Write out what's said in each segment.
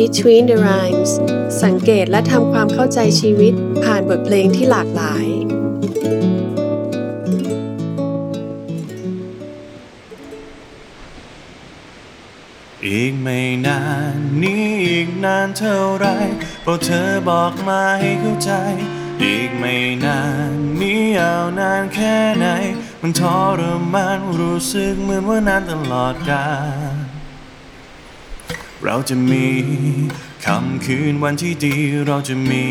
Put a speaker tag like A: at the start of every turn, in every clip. A: Between the Rhymes สังเกตและทำความเข้าใจชีวิตผ่านบทเพลงที่หลากหลาย
B: อีกไม่นานนี้อีกนานเท่าไรโปรดเธอบอกมาให้เข้าใจ อีกไม่นานนี้ยาวนานแค่ไหน มันทรมานรู้สึกเหมือนว่านานตลอดกาล เราจะมีคำคืนวันที่ดีเราจะมี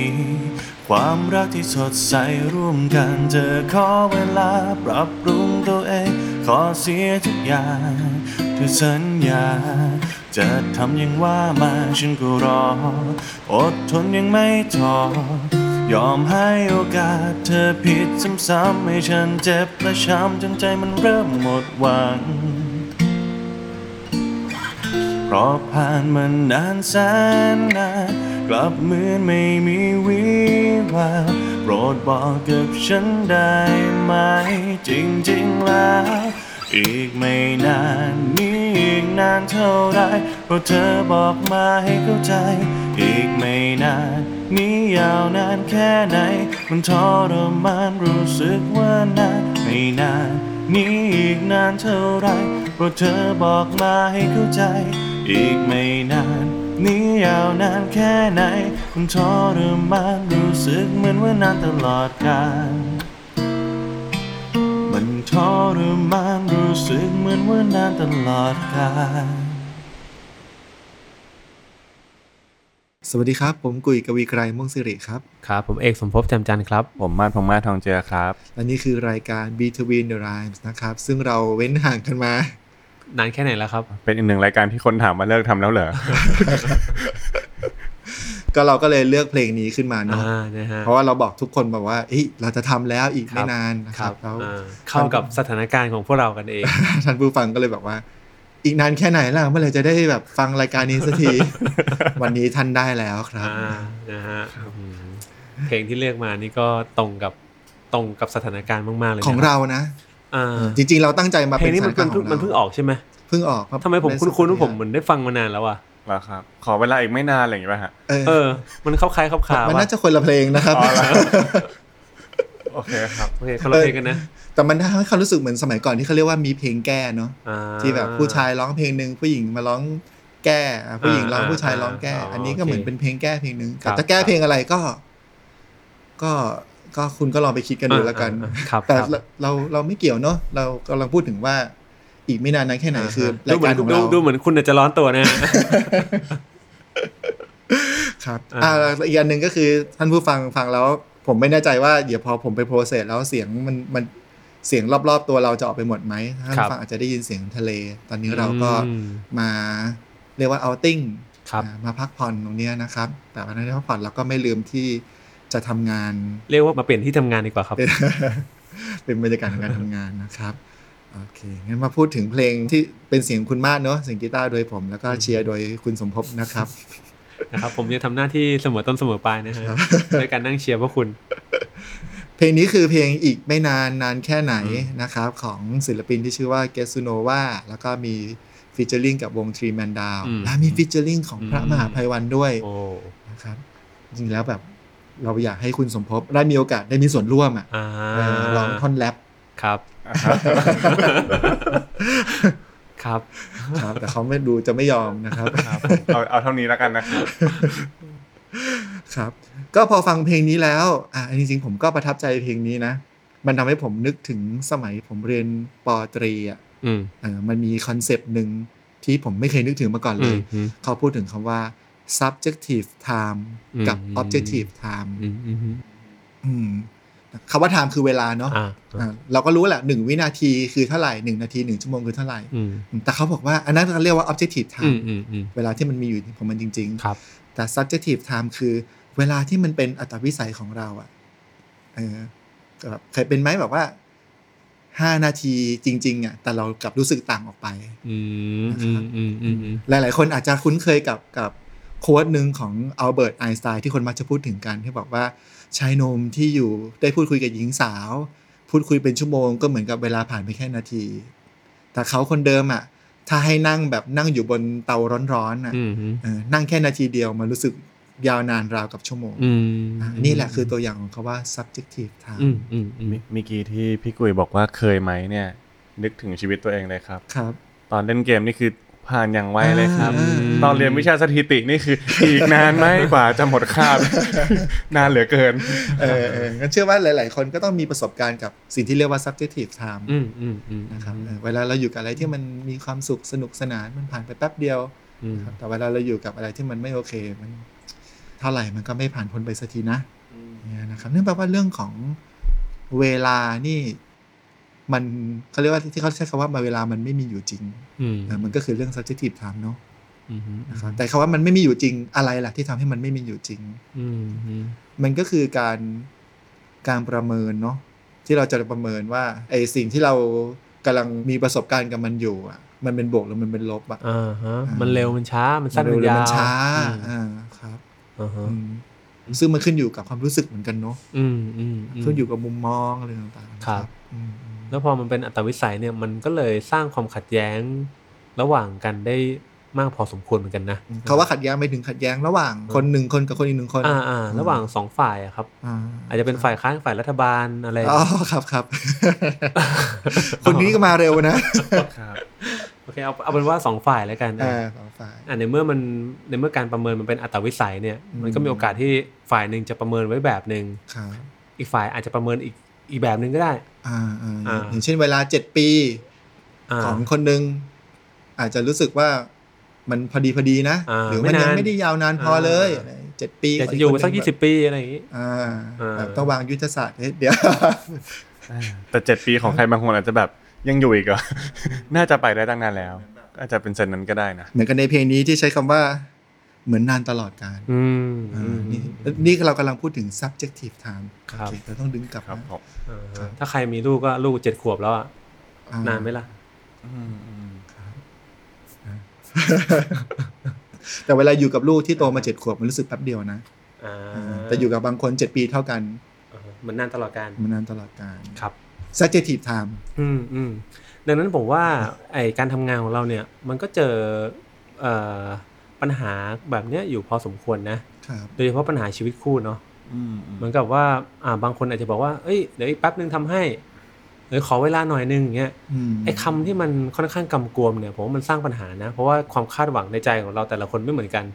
B: ความรักที่สดใสร่วมกันเธอขอเวลาปรับปรุงตัวเอง ขอเสียทุกอย่างเธอสัญญา จะทำอย่างว่ามาฉันก็รอ อดทนยังไม่ท้อยอมให้โอกาสเธอผิดซ้ำๆให้ฉันเจ็บและช้ำจนใจมันเริ่มหมดหวัง เพราะผ่านมานานแสนนานกลับเหมือนไม่มีวีแววโปรดบอกกับฉันได้ไหม จริงๆแล้ว อีกไม่นานนี้อีกนานเท่าไรเพราะเธอบอกมาให้เข้าใจ อีกไม่นานนี้ยาวนานแค่ไหน มันทรมานรู้สึกว่านานไม่นาน นี้อีกนานเท่าไรโปรดเธอบอกมาให้เข้าใจ อีกไม่นาน นี้ยาวนานแค่ไหน มันทรมานรู้สึกเหมือนว่านานตลอดกาลมันทรมานรู้สึกเหมือนว่านานตลอดกาล
C: สวัสดีครับ ผมกุยกวีไกรม่วงสิริครับ
D: ครับ ผมเอกสมภพจำจันทร์ครับ
E: ผมมาดพงษ์มาศทองเจือครับ
C: และนี่คือรายการ Between the Rhymes นะครับ ซึ่งเราเว้นห่างกันมา
D: นานแค่ไหนแล้วครับ
E: เป็นอีกหนึ่งรายการที่คนถามว่าเลิกทำแล้วเหรอ
C: ก็เราก็เลยเลือกเพลงนี้ขึ้นมาเนาะ
D: อ่า นะฮะ
C: เพราะว่าเราบอกทุกคนบอกว่าเฮ้ยเราจะทำแล้วอีก
D: ครั
C: ไม่
D: บ
C: นานนะครับแล้ว
D: อ่าเข้ากับสถานการณ์ของพวกเรากันเอง
C: ท่านผู้ฟังก็เลยบอกว่า อีกนานแค่ไหนล่ะเมื่อไหร่จะได้แบบฟังรายการนี้สัก ที วันนี้ท่านได้แล้วครับ
D: อ่า นะฮะอืมเพลงที่เลือกมานี่ก็ตรงกับตรงกับสถานการณ์มาก ๆ เลยนะ
C: ของเรานะ
D: อ่า
C: จริงๆ เราตั้งใจมา
D: เพล
C: เป็
D: ง
C: น
D: นี้มัน
C: สายการ
D: เพิ่ง
C: ของ
D: มั
C: เรา
D: นเพิ่งออกใช่ไหม
C: เพิ่งออกครับ
D: ทำไมผม
C: ในสัป
D: คุ้นๆ
C: ดาห์
D: ว่าผมเหมือนได้ฟังมานานแล้วอ่ะ
E: แล้วครับ ขอเวลาอีกไม่นานอะไรอย่างงี้ป่ะฮะ
C: เออ
D: เออ มันเข้าคล้ายเข้าขา
C: มัน
D: ว่ะ
C: น่าจะคนละเพลงนะครับ
E: อ๋อเหรอ โอเคครับ
D: โอเคคนละเพลงกันนะ
C: แต่มันทำให้เขามรู้สึกเหมือนสมัยก่อนที่เขาเรียกว่ามีเพลงแก้เนาะ
D: อ่า
C: ที่แบบผู้ชายร้องเพลงหนึ่งผู้หญิงมาร้องแก้อ่ะผู้หญิงร้อง
D: อ่า
C: ผู้ชายร้องแก้
D: อ่า
C: อันนี้ก็
D: โอเค
C: เหมือนเป็นเพลงแก้เพลงหนึ่ง
D: ค
C: แต่
D: รับ
C: จะแก้เพลงอะไรก็ ก็ก็คุณก็ลองไปคิดกันดูแล้วกัน
D: อ่าอ่าครับ
C: แต่
D: ครับ
C: เราเราเราไม่เกี่ยวเนาะเรากำลังพูดถึงว่า อีกไม่นานนั้นแค่ไหนคือรายการของเรา
D: ดูดูเหมือนคุณอาจจะร้อนตัวนะ
C: ครับ
D: อ่า
C: อ่าอีกอันหนึ่งก็คือท่านผู้ฟังฟังแล้ว ผมไม่แน่ใจว่าเดี๋ยวพอผมไปโปรเซสแล้วเสียงมันมันเสียงรอบๆ ตัวเราจะออกไปหมดไหมท่านผู้ฟังอาจจะได้ยินเสียงทะเล ตอนนี้เราก็
D: อืม
C: มาเรียกว่าเอาติ้ง
D: ครับ
C: อ่ามาพักผ่อนตรงเนี้ยนะครับ แต่วันนั้นพักผ่อนเราก็ไม่ลืมที่จะทำงาน
D: เรียกว่ามาเปลี่ยนที่ทำงานดีกว่าครับ
C: เป็น เป็นบรรยากาศของการทำงานนะครับโอเคงั้นมาพูดถึงเพลงที่เป็นเสียงคุณมาดเนาะเสียงกีตาร์โดยผม แล้วก็เชียร์โดยคุณสมภพนะครับ
D: นะครับผมจะทำหน้าที่เสมอต้นเสมอปลายนะฮะด้วยการนั่งเชียร์พวกคุณ
C: เพลงนี้คือเพลงอีกไม่นานนานแค่ไหนนะครับ ของศิลปินที่ชื่อว่าเกสุโนวาแล้วก็มีฟีเจอริงกับวงทรีแมนดาว
D: อืม
C: และมีฟีเจอริงของพระ
D: อืม
C: มหาภัยวันด้วย
D: โอ้
C: นะครับจริงๆแล้วแบบเราอยากให้คุณสมภพได้มีโอกาสได้มีส่วนร่วมอ่ะ
D: อ่า
C: เออลองท่อนแรป
D: ครับ ครับ
C: ครับแต่เขาไม่ดูจะไม่ยอมนะครับ
E: ครับเอาเอาเท่านี้แล้วกันนะครับ
C: ครับ ก็พอฟังเพลงนี้แล้วอ่ะจริงๆผมก็ประทับใจเพลงนี้นะ มันทำให้ผมนึกถึงสมัยผมเรียนปอตรีอ่ะ
D: อืม
C: เออมันมีคอนเซปต์หนึ่งที่ผมไม่เคยนึกถึงมาก่อน
D: อื
C: เลย
D: มอืม
C: เขาพูดถึงคำว่า subjective time กับ
D: อืม
C: objective time
D: อืมอืมอืม
C: อืมคำว่า time คือเวลาเนาะ
D: อ่า
C: อ่ะเราก็รู้แหละหนึ่งวินาทีคือเท่าไหร่หนึ่งนาทีหนึ่งชั่วโมงคือเท่าไหร่
D: อืม
C: แต่เขาบอกว่าอันนั้นเขาเรียกว่า objective
D: อืม
C: time
D: อืมอืม
C: เวลาที่มันมีอยู่ของมันจริง
D: ครับ
C: ๆ แต่ subjective time คือเวลาที่มันเป็นอัตวิสัยของเราอะเออแบบเคยเป็นไหมแบบว่าห้านาทีจริง ๆอะแต่เรากลับรู้สึกต่างออกไป
D: อืมอืมอืมอืมอืม
C: หลาย ๆ คนอาจจะคุ้นเคยกับกับโค้ดหนึ่งของอัลเบิร์ตไอน์สไตน์ที่คนมักจะพูดถึงกันที่บอกว่าชายหนมที่อยู่ได้พูดคุยกับหญิงสาว พูดคุยเป็นชั่วโมงก็เหมือนกับเวลาผ่านไปแค่นาที แต่เขาคนเดิมอ่ะ ถ้าให้นั่งแบบนั่งอยู่บนเตาร้อนๆนะ
D: อืมฮึ
C: เออนั่งแค่นาทีเดียวมันรู้สึกยาวนานราวกับชั่วโมง
D: อืม
C: อ่ะนี่แหละคือตัวอย่างของคาว่า subjective time
D: อืมอืมอืม
B: เมื่อเมื่อกี้ที่พี่กุยบอกว่าเคยไหมเนี่ย นึกถึงชีวิตตัวเองเลยครับ
C: ครับ
B: ตอนเล่นเกมนี่คือผ่านอย่างไวเลยครับ
C: อ่า
B: ตอนเรียนวิชาสถิตินี่คือ อีกนานไหมกว่าจะหมดคาบ นานเหลือเกิน
C: เออเอองั้นเชื่อว่าหลาย ๆ คนก็ต้องมีประสบการณ์กับสิ่งที่เรียกว่า subjective time
D: อืมอืมอืม
C: นะครับเออเวลาเราอยู่กับอะไรที่มันมีความสุขสนุกสนานมันผ่านไปแป๊บเดียว
D: อืม
C: นะครับแต่เวลาเราอยู่กับอะไรที่มันไม่โอเค มันเท่าไหร่มันก็ไม่ผ่านพ้นไปสักทีนะเนี่ยนะครับเนื่องแปลว่าเรื่องของเวลานี่ มันเขาเรียกว่าที่เขาใช้คำว่าเวลามันไม่มีอยู่จริง
D: อืม
C: เออมันก็คือเรื่อง subjective time เนาะ
D: อืมฮึ
C: นะครับแต่คำว่ามันไม่มีอยู่จริงอะไรล่ะที่ทำให้มันไม่มีอยู่จริง
D: อืมฮึ
C: มันก็คือการการประเมินเนาะที่เราจะประเมินว่าไอสิ่งที่เรากำลังมีประสบการณ์กับมันอยู่อ่ะมันเป็นบวกหรือมันเป็นลบอ่ะ
D: อ่าฮะ
C: อ่ามั
D: มันเร็วมันช้ามันสั้น
C: เร็ว
D: มัน
C: หรื
D: ยาว
C: มัช้า
D: อืม
C: อ่าครับ
D: อ่าฮะ
C: อืมซึ่งมันขึ้นอยู่กับความรู้สึกเหมือนกันเนาะ
D: อืมอืมม
C: ขึ้นอยู่กับมุมมองอะไรต่างๆนะครับ อืมอืม
D: แล้วพอมันเป็นอัตวิสัยเนี่ยมันก็เลยสร้างความขัดแย้งระหว่างกันได้มากพอสมควรเหมือนกันนะ
C: เขาว่าขัดแย้งไม่ถึงขัดแย้งระหว่างคนหนึ่งคนกับคนอีกหนึ่งคน
D: อ่าอ่าระหว่างสองฝ่ายอะครับ
C: อ่า
D: อาจจะเป็นฝ่ายค้านฝ่ายรัฐบาลอะไร
C: อ๋อ ครับครับ คนนี้ก็มาเร็วนะครับ
D: โอเคเอาเอาเป็นว่าสองฝ่ายแล้วกัน
C: อ่าสองฝ่าย
D: อ่าในเมื่อมันในเมื่อการประเมินมันเป็นอัตวิสัยเนี่ย
C: อืม
D: มันก็มีโอกาสที่ฝ่ายหนึ่งจะประเมินไว้แบบหนึ่ง
C: ครับ
D: อีกฝ่ายอาจจะประเมินอีกอีกแบบหนึ่งก็ได้
C: อ่าอ่า
D: อ่า
C: อย่างเช่นเวลาเจ็ดปี
D: อ่า
C: ของคนหนึ่งอาจจะรู้สึกว่ามันพอดีพอดีนะ
D: อ่า
C: หรือมันยัง
D: ไม่นาน
C: ไม่ได้ยาวนานพอเลย
D: อ่า
C: เจ็ดปี
D: อยากจะอยู่ไปสัก
C: ค
D: ยี่
C: นหนึ่ง
D: สิบปีอะไรอย่างงี้
C: อ่า
D: อ่า
C: แบบต้องวางยุทธศาสตร์เฮ้ยเดี๋ยว
B: แต่เจ็ดปีของใครบางคนอาจจะแบบยังอยู่อีกเหรอ น่าจะไปได้ตั้งนานแล้ว อาจจะเป็นเซนนั้นก็ได้นะ
C: เหมือนกันในเพลงนี้ที่ใช้คำว่าเหมือนนานตลอดกาล
D: อืม
C: อ่า
D: อืม
C: นี่นี่เรากำลังพูดถึง subjective time
D: ครับ
C: โอเเราต้องดึงกลับ
B: ครับ
C: นะ
B: ผม
D: อ่าฮะถ้าใครมีลูกก็ลูกเจ็ดขวบแล้วอะ
C: อ่
D: นานไหมล่ะ
C: แต่เวลาอยู่กับลูกที่โตมาเจ็ดขวบมันรู้สึกแป๊บเดียวนะ
D: อ่า
C: อ่าแต่อยู่กับบางคนเจ็ดปีเท่ากัน
D: อ่ามันนานตลอดการ
C: มันนานตลอดกาล
D: ครับ
C: subjective time
D: อืมอืมดังนั้นผมว่าไอการทำงานของเราเนี่ย มันก็เจอเอ่อปัญหาแบบเนี้ยอยู่พอสมควรนะ
C: ครับ
D: โดยเฉพาะปัญหาชีวิตคู่เนาะเหมือนกับว่าอ่าบางคนอาจจะบอกว่าเอ้ยเดี๋ยวอีกแป๊บนึงทำให้เดี๋ยวขอเวลาหน่อยนึงอย่างเงี้ย
C: ม
D: ไอ้คำที่มันค่อนข้างกำกวมเนี่ยผมว่ามันสร้างปัญหานะ เพราะว่าความคาดหวังในใจของเราแต่ละคนไม่เหมือนกัน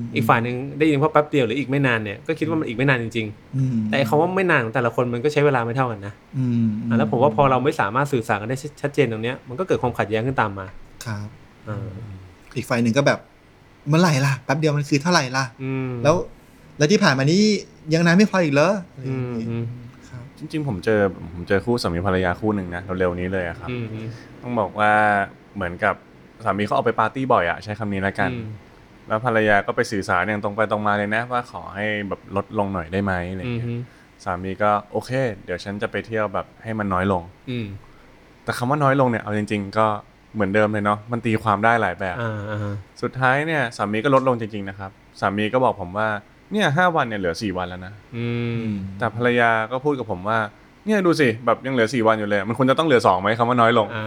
C: ม
D: อีกฝ่ายหนึ่งได้ยินว่าแป๊บเดียวหรืออีกไม่นานเนี่ยก็คิดว่ามันอีกไม่นานจริง ๆ
C: อืม
D: แต่ไอ้คำว่าไม่นานของแต่ละคนมันก็ใช้เวลาไม่เท่ากันนะ
C: อืม
D: อ่ะแล้วผมว่าพอเราไม่สามารถสื่อสารกันได้ชัดเจนตรงเนี้ยมันก็เกิดความขัดแย้งขึ้นตามมา
C: ครับ
D: อ่า
C: อีกฝ่ายหนึ่งก็แบบเมื่อไหร่ล่ะแป๊บเดียวมันคือเท่าไหร่ล่ะ
D: อืม
C: แล้ว แล้วที่ผ่านมานี้ยังนานไม่พออีกเหรออะไรอ
D: อื
C: ย่าง
D: ม
C: งี้
D: อืม
C: ครับ
B: จริงๆ ผมเจอผมเจอคู่สามีภรรยาคู่หนึ่งนะเร็วๆนี้เลยอะครับ
D: อืมอืม
B: ต้องบอกว่าเหมือนกับสามีเขาออกไปปาร์ตี้บ่อยอะใช้คำนี้แล้วกัน
D: อืม
B: แล้วภรรยาก็ไปสื่อสารอย่างตรงไปตรงมาเลยนะ ว่าขอให้แบบลดลงหน่อยได้ไหมอะไร
D: อืม
B: เงี้ย
D: อืม
B: สามีก็โอเค เดี๋ยวฉันจะไปเที่ยวแบบให้มันน้อยลง
D: อืม
B: แต่คำว่าน้อยลงเนี่ยเอาจริง ๆ ก็เหมือนเดิมเลยเนาะมันตีความได้หลายแบบ
D: อ่าอ่า
B: สุดท้ายเนี่ยสามีก็ลดลงจริงๆนะครับสามีก็บอกผมว่าเนี่ยห้าวันเนี่ยเหลือสี่วันแล้วนะ
D: อืม
B: แต่ภรรยาก็พูดกับผมว่าเนี่ยดูสิแบบยังเหลือสี่วันอยู่เลย มันควรจะต้องเหลือสองไหมคำว่าน้อยลง
D: อ่า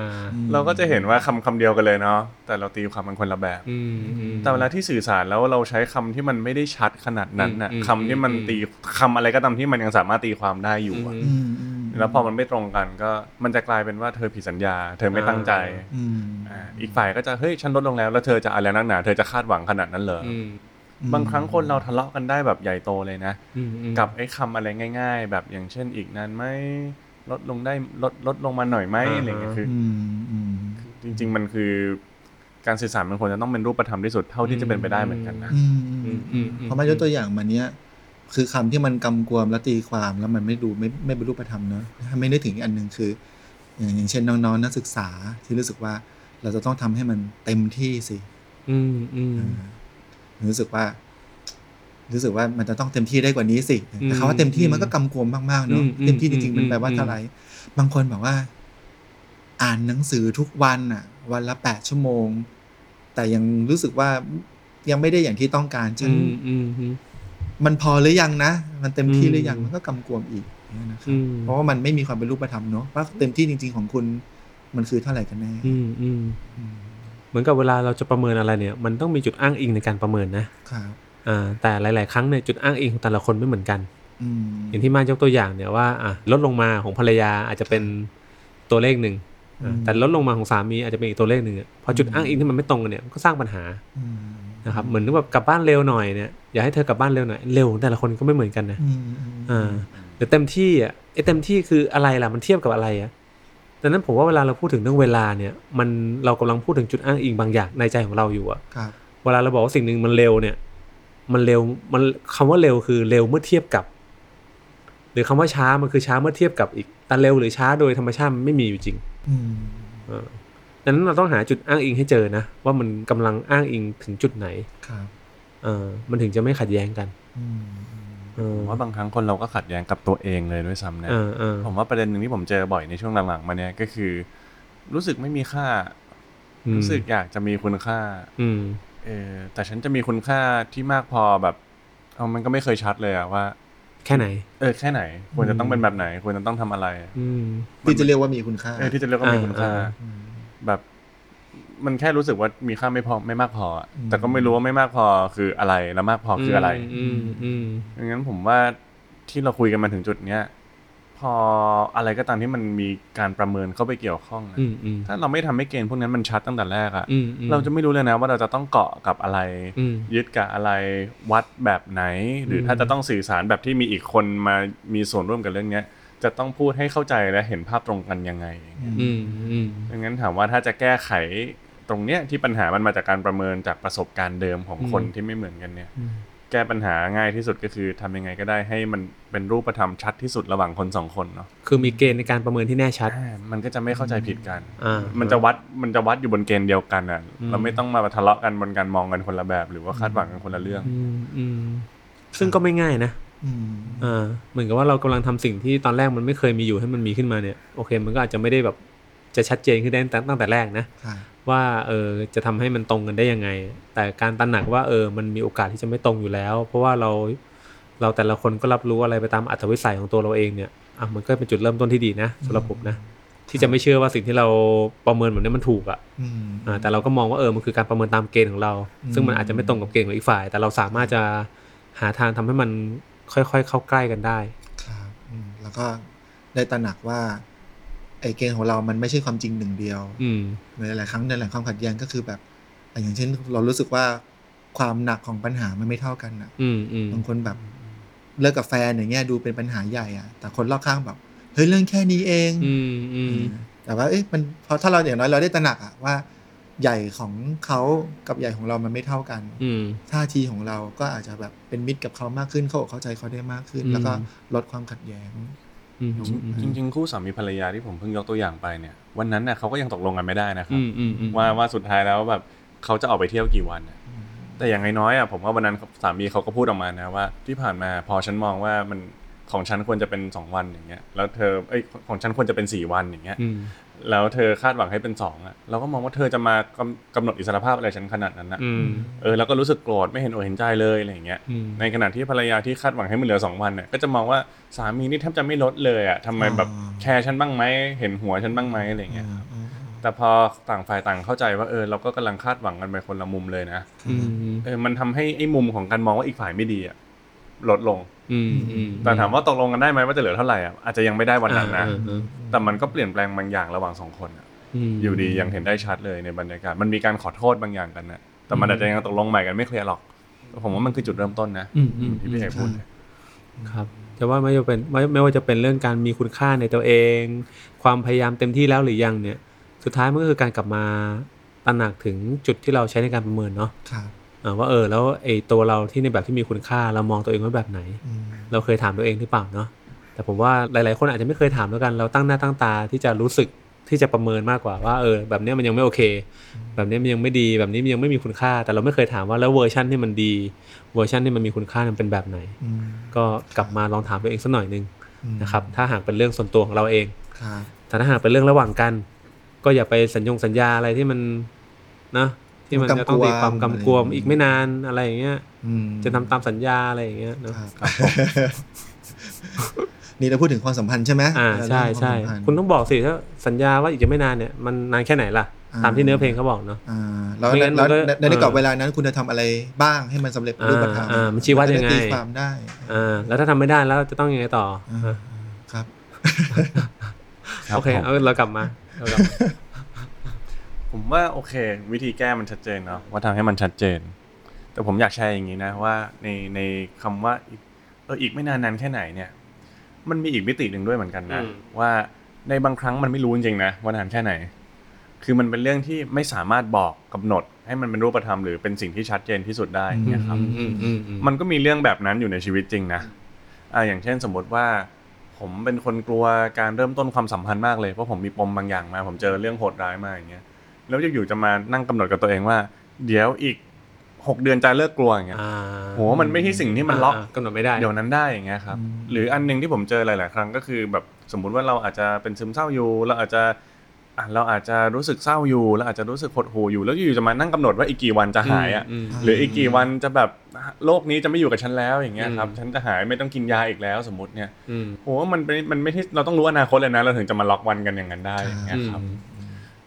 B: เราก็จะเห็นว่าคำคำเดียวกันเลยเนาะแต่เราตีความมันคนละแบบ
D: อืมอืม
B: แต่เวลาที่สื่อสารแล้วเราใช้คำที่มันไม่ได้ชัดขนาดนั้นน่ะ
D: อืม
B: คำที่มัน
D: อืม
B: ตีคำอะไรก็ตามที่มันยังสามารถตีความได้อยู่อะ
D: อื
C: อื
D: ม
C: มม
B: แล้วพอมันไม่ตรงกันก็มันจะกลายเป็นว่าเธอผิดสัญญา เธอไม่ตั้งใจ
D: อ่า
C: อืม
B: อ่าอีกฝ่ายก็จะเฮ้ยฉันลดลงแล้วแล้วเธอจะอะไรนักหนาเธอจะคาดหวังขนาดนั้นเหรออ
D: อืม
B: บางครั้งคนเราทะเลาะกันได้แบบใหญ่โตเลยนะ
D: อืมอืม
B: กับไอ้คำอะไรง่าย ๆ แบบอย่างเช่นอีกนานไหมลดลงได้ลดลดลงมาหน่อยไหม
D: อ่า
B: อะไรเงี้ยคืออ
C: อืมอืม
B: จริง ๆ มันคือการสื่อสารมันควรจะต้องเป็นรูปธรรมที่สุดเท่าที่จะเป็นไปได้เหมือนกันนะ
C: อืม
D: อืมอืมอืม
C: พอมายกตัวอย่างมาเนี้ยคือคำที่มันกำกวมและตีความแล้วมันไม่ดูไม่ไม่บรรลุประธรรมเนอะถ้าไม่นึกถึงอีกอันหนึ่งคือ อย่างอย่างเช่นน้องๆนักศึกษาที่รู้สึกว่าเราจะต้องทำให้มันเต็มที่สิ
D: อืมอืม
C: รู้สึกว่า รู้สึกว่ามันจะต้องเต็มที่ได้กว่านี้สิแต่คำว่าเต็มที่มันก็กำกวมมากๆเนาะ
D: อืมอืม
C: เต็มที่จริงๆ
D: อืม
C: มันแปลว่า
D: อืม
C: เท่าไหร่บางคนบอกว่า อ่านหนังสือทุกวันอ่ะ วันละแปดชั่วโมง แต่ยังรู้สึกว่ายังไม่ได้อย่างที่ต้องการฉัน
D: อืมอืมอืม
C: มันพอหรือยังนะมันเต็มที่หรือยัง
D: อืม
C: มันก็กำกวมอีกเนี่ยนะครั
D: อื
C: บ
D: ม
C: เพราะว่ามันไม่มีความเป็นรูปธรรมเนาะว่าเต็มที่จริง ๆ ของคุณมันคือเท่าไหร่กันแน่
D: อืมอืม
C: อืม
D: เหมือนกับเวลาเราจะประเมินอะไรเนี่ย มันต้องมีจุดอ้างอิงในการประเมินนะครับ อ่าแต่หลาย ๆ ครั้งเนี่ยจุดอ้างอิงของแต่ละคนไม่เหมือนกัน
C: อืม
D: อย่างที่มายกตัวอย่างเนี่ยว่าอ่ะลดลงมาของภรรยาอาจจะเป็นตัวเลขหนึ่งอ่ะแต่ลดลงมาของสามีอาจจะเป็นอีกตัวเลขหนึ่งอ่ะพอจุดอ้างอิงที่มันไม่ตรงกันเนี่ยมันก็สร้างปัญหา
C: อืม
D: นะครับเหมือนแบบกลับบ้านเร็วหน่อยเนี่ยอยากให้เธอกลับบ้านเร็วหน่อยเร็วของแต่ละคนก็ไม่เหมือนกันนะ
C: อืมอืม
D: อ่าหรือเต็มที่อ่ะไอ้เต็มที่คืออะไรล่ะมันเทียบกับอะไรอ่ะดังนั้นผมว่าเวลาเราพูดถึงเรื่องเวลาเนี่ยมันเรากำลังพูดถึงจุดอ้างอิงบางอย่างในใจของเราอยู่อ่ะ
C: ครับ
D: เวลาเราบอกว่าสิ่งหนึ่งมันเร็วเนี่ย มันเร็วมันคำว่าเร็วคือเร็วเมื่อเทียบกับ หรือคำว่าช้ามันคือช้าเมื่อเทียบกับอีกแต่เร็วหรือช้าโดยธรรมชาติมันไม่มีอยู่จริง
C: อืม
D: เออดังนั้นเราต้องหาจุดอ้างอิงให้เจอนะ ว่ามันกำลังอ้างอิงถึงจุดไหน
C: ครับ
D: เออมันถึงจะไม่ขัดแย้งกัน
C: อืมอืม
D: เออ
B: ผมว่าบางครั้งคนเราก็ขัดแย้งกับตัวเองเลยด้วยซ้ำนะ
D: เออเออ
B: ผมว่าประเด็นหนึ่งที่ผมเจอบ่อยในช่วงหลังๆมาเนี่ยก็คือ รู้สึกไม่มีค่า
D: อืม
B: รู้สึกอยากจะมีคุณค่า
D: อืม
B: เออแต่ฉันจะมีคุณค่าที่มากพอแบบเอามันก็ไม่เคยชัดเลยอะว่า
D: แค่ไหน
B: เออแค่ไหน ควรจะต้องเป็นแบบไหน ควรจะต้องทำอะไร
D: อืม
C: ที่จะเรียกว่ามีคุณค่า
B: เออที่จะเรียกว่ามีคุณค่า
D: อ่า
C: อืม
B: แบบ มันแค่รู้สึกว่ามีค่าไม่พอไม่มากพออะ
C: อืม
B: แต่ก็ไม่รู้ว่าไม่มากพอคืออะไรแล้วมากพอคืออะไร
D: อืมอืม
B: ดังนั้นผมว่าที่เราคุยกันมาถึงจุดเนี้ยพออะไรก็ตามที่มันมีการประเมินเข้าไปเกี่ยวข้องอะ
D: อืมอืม
B: ถ้าเราไม่ทำให้เกณฑ์พวกนั้นมันชัดตั้งแต่แรกอะ
D: อืมอืม
B: เราจะไม่รู้เลยนะว่าเราจะต้องเกาะกับอะไร
D: อืม
B: ยึดกับอะไรวัดแบบไหน หรือ
D: ม
B: ถ้าจะต้องสื่อสารแบบที่มีอีกคนมามีส่วนร่วมกับเรื่องเนี้ย จะต้องพูดให้เข้าใจและเห็นภาพตรงกันยังไงอย่างเงี้ย
D: อืมอืม
B: ดังนั้นถามว่าถ้าจะแก้ไขตรงเนี้ยที่ปัญหามันมาจากการประเมินจากประสบการณ์เดิมของคนที่ไม่เหมือนกันเนี่ย
D: อืม
B: แก้ปัญหาง่ายที่สุดก็คือทำยังไงก็ได้ให้มันเป็นรูปธรรมชัดที่สุดระหว่างคนสองคนเนาะ
D: คือมีเกณฑ์ในการประเมินที่แน่ชัด
B: อ่ามันก็จะไม่เข้าใจผิดกัน
D: อ่ามั
B: มันจะวัดมันจะวัดอยู่บนเกณฑ์เดียวกันอ่ะ
D: อืม
B: เราไม่ต้องมาทะเลาะกันบนการมองกันคนละแบบ หรือว่าคาดหวังกันคนละเรื่อง
D: อืมอืมซึ่งก็ไม่ง่ายนะ
C: อืม
D: อ่าเหมือนกับว่าเรากำลังทำสิ่งที่ตอนแรกมันไม่เคยมีอยู่ให้มันมีขึ้นมาเนี่ยโอเค มันก็อาจจะไม่ได้แบบจะชัดเจนขึ้นได้ตั้งตั้งแต่แรกนะ
C: ครับ
D: ว่าเออจะทำให้มันตรงกันได้ยังไง แต่การตระหนักว่าเออมันมีโอกาสที่จะไม่ตรงอยู่แล้ว เพราะว่าเราเราแต่ละคนก็รับรู้อะไรไปตามอัธวิสัยของตัวเราเองเนี่ยอ่ะมันก็เป็นจุดเริ่มต้นที่ดีนะสำหรับผมนะที่จะไม่เชื่อว่าสิ่งที่เราประเมินแบบนี้มันถูกอ่ะ
C: อืม
D: อ่าแต่เราก็มองว่าเออมันคือการประเมินตามเกณฑ์ของเรา
C: อืม
D: ซึ่งมันอาจจะไม่ตรงกับเกณฑ์ของอีกฝ่าย แต่เราสามารถจะหาทางทำให้มันค่อยๆ เข้าใกล้กันได้
C: ครับอืมแล้วก็ได้ตระหนักว่า ไอเกณฑ์ของเรามันไม่ใช่ความจริงหนึ่งเดียว
D: อืม
C: ในหลายๆครั้งในหลายความขัดแย้งก็คือแบบอ่ะอย่างเช่น เรารู้สึกว่าความหนักของปัญหามันไม่เท่ากันอ่ะ
D: อืมอืม
C: บางคนแบบเลิกกับแฟนอย่างเงี้ยดูเป็นปัญหาใหญ่อ่ะ แต่คนรอบข้างแบบเฮ้ยเรื่องแค่นี้เอง
D: อืมอืม
C: แต่ว่าเอ๊ะมันพอถ้าเราอย่างน้อยเราได้ตระหนักอ่ะว่า ใหญ่ของเขากับใหญ่ของเรามันไม่เท่ากัน
D: อืม
C: ท่าทีของเราก็อาจจะแบบเป็นมิตรกับเขามากขึ้น เข้าอกเข้าใจเขาได้มากขึ้น
D: อืม
C: แล้วก็ลดความขัดแย้ง
D: อืม
B: จริงๆจริงๆคู่สามีภรรยาที่ผมเพิ่งยกตัวอย่างไปเนี่ยวันนั้นน่ะเขาก็ยังตกลงกันไม่ได้นะครั
D: อื
B: บ
D: มอืมอืม
B: ว่าว่าสุดท้ายแล้วแบบเขาจะออกไปเที่ยวกี่วันน่ะแต่อย่างน้อยๆอ่ะผมว่าวันนั้นสามีเขาก็พูดออกมานะว่าที่ผ่านมาพอฉันมองว่ามันของฉันควรจะเป็นสองวันอย่างเงี้ยแล้วเธอเอ้ยของฉันควรจะเป็นสี่วันอย่างเงี้ย
D: อืม
B: แล้วเธอคาดหวังให้เป็นสองอ่ะเราก็มองว่าเธอจะมากำกำหนดอิสรภาพอะไรฉันขนาดนั้นนะ
D: อืม
B: เออแล้วก็รู้สึกโกรธไม่เห็นอกเห็นใจเลยอะไรอย่างเงี้ย
D: อืม
B: ในขณะที่ภรรยาที่คาดหวังให้มันเหลือสองวันเนี่ยก็จะมองว่าสามีนี่แทบจะไม่ลดเลยอ่ะทำไมแบบ
C: อ่า
B: แคร์ฉันบ้างไหมเห็นหัวฉันบ้างไหมอะไรเงี้ย
C: อ่าอ่า
B: แต่พอต่างฝ่ายต่างเข้าใจว่าเออเราก็กำลังคาดหวังกันไปคนละมุมเลยนะ
D: อืม
B: เออมันทำให้ไอ้มุมของการมองว่าอีกฝ่ายไม่ดีอ่ะลดลง
D: อืมอืม
B: แต่ถามว่าตกลงกันได้ไหมว่าจะเหลือเท่าไหร่อ่ะอาจจะยังไม่ได้วันนั้นนะ
D: อ่าอ่า
B: แต่มันก็เปลี่ยนแปลงบางอย่างระหว่างสองคนอะ
D: ม
B: อยู่ดียังเห็นได้ชัดเลยในบรรยากาศมันมีการขอโทษบางอย่างกันนะแต่มันอาจจะยังตกลงใหม่กันไม่เคลียร์หรอกผมว่ามันคือจุดเริ่มต้นนะ
D: อืมอืม
B: ที่พี่เอกพูด
D: ครับแต่ว่าไม่ว่าจะเป็นไม่ไม่ว่าจะเป็นเรื่องการมีคุณค่าในตัวเอง ความพยายามเต็มที่แล้วหรือยังเนี่ย สุดท้ายมันก็คือการกลับมาตระหนักถึงจุดที่เราใช้ในการประเมินเนาะ
C: ครับ
D: อ่าว่าเออแล้วไอ้ตัวเราที่ในแบบที่มีคุณค่าเรามองตัวเองไว้แบบไหน
C: อืม
D: เราเคยถามตัวเองหรือเปล่าเนาะแต่ผมว่าหลาย ๆ คนอาจจะไม่เคยถามแล้วกัน เราตั้งหน้าตั้งตาที่จะรู้สึกที่จะประเมินมากกว่าว่าเออแบบเนี้ยมันยังไม่โอเค แบบเนี้ยมันยังไม่ดีแบบนี้มันยังไม่มีคุณค่า แต่เราไม่เคยถามว่าแล้วเวอร์ชันที่มันดีเวอร์ชันที่มันมีคุณค่ามันเป็นแบบไหน
C: อืม
D: ก็กลับมาลองถามตัวเองสักหน่อยหนึง
C: อืม
D: นะครับถ้าหากเป็นเรื่องส่วนตัวของเราเอง
C: ครับ
D: แต่ถ้าหากเป็นเรื่องระหว่างกัน ก็อย่าไปสัญญงสัญญาอะไรที่มันนะที่มันจะต้องตีความกำกวมอีกไม่นานอะไรอย่างเงี้ย
C: อืม
D: จะทำตามสัญญาอะไรอย่างเงี้ยเนาะ
C: ครับ นี่เราพูดถึงความสัมพันธ์ใช่ไหม
D: อ่าใช่ใช่
C: เรื่องวามสัมพันธ์
D: คุณต้องบอกสิถ้าสัญญาว่าอีกจะไม่นานเนี่ยมันนานแค่ไหนล่ะ ตามที่เนื้อเพลงเขาบอกเนาะ
C: อ่าแล้ว
D: ไม่งั้น
C: แล้ว
D: มันก็
C: ในในกรอบ
D: เออ
C: เวลานั้นคุณจะทำอะไรบ้างให้มันสำเร็จรูปธรรม
D: อ่าอ่ามันชี้วัดยังไง
C: จะตีความได้
D: อ่าแล้วถ้าทำไม่ได้แล้วจะต้องยังไงต่อ
C: อ่า
D: อ่ะ
C: ครับ
B: รับ
D: โอเค
B: ผม
D: เอาเรากลับมาเรากลับมา
B: ผมว่าโอเค วิธีแก้มันชัดเจนเนาะว่าทำให้มันชัดเจน แต่ผมอยากแชร์อย่างนี้นะว่าในในคำว่าอีกเอออีกไม่นานนานแค่ไหนเนี่ย มันมีอีกมิติหนึ่งด้วยเหมือนกันนะว่าในบางครั้งมันไม่รู้จริงๆนะว่านานแค่ไหน คือมันเป็นเรื่องที่ไม่สามารถบอกกำหนด ให้มันเป็นรูปธรรมหรือเป็นสิ่งที่ชัดเจนที่สุดได้อย่างเงี้ยครับ
D: อืมอืมอืมอืม
B: มันก็มีเรื่องแบบนั้นอยู่ในชีวิตจริงนะอ่าอย่างเช่นสมมติว่า ผมเป็นคนกลัวการเริ่มต้นความสัมพันธ์มากเลย เพราะผมมีปมบางอย่างมา ผมเจอเรื่องโหดร้ายมาอย่างเงี้ย แล้วอยู่ๆจะมานั่งกำหนดกับตัวเองว่า เดี๋ยวอีกหกเดือนจะเลิกกลัวอย่างเงี้ย
D: อ่า
B: โหมันไม่ใช่สิ่งที่มันล็อก
D: ากำหนดไม่ได้
B: เดี๋ยวนั้นได้อย่างเงี้ยครับ
C: อืม
B: หรืออันหนึงที่ผมเจอหลาย ๆ ครั้งก็คือแบบสมมุติว่าเราอาจจะเป็นซึมเศร้าอยู่ เราอาจจะอ่ะเราอาจจะรู้สึกเศร้าอยู่ เราอาจจะรู้สึกหดหู่อยู่ แล้วอยู่ๆจะมานั่งกำหนดว่าอีกกี่วันจะหายอ่ะ
D: มม
B: หรืออีกกี่วันจะแบบโลกนี้จะไม่อยู่กับฉันแล้วอย่างเงี้ยครับ
D: อืม
B: ฉันจะหายไม่ต้องกินยาอีกแล้วสมมติเนี่ย
D: อืม
B: โหมันเป็นมันไม่ใช่เราต้องรู้อนาคตเลยนะ เราถึงจะมาล็อกวันกันอย่างนั้นได้อย่างเงี้ยครับ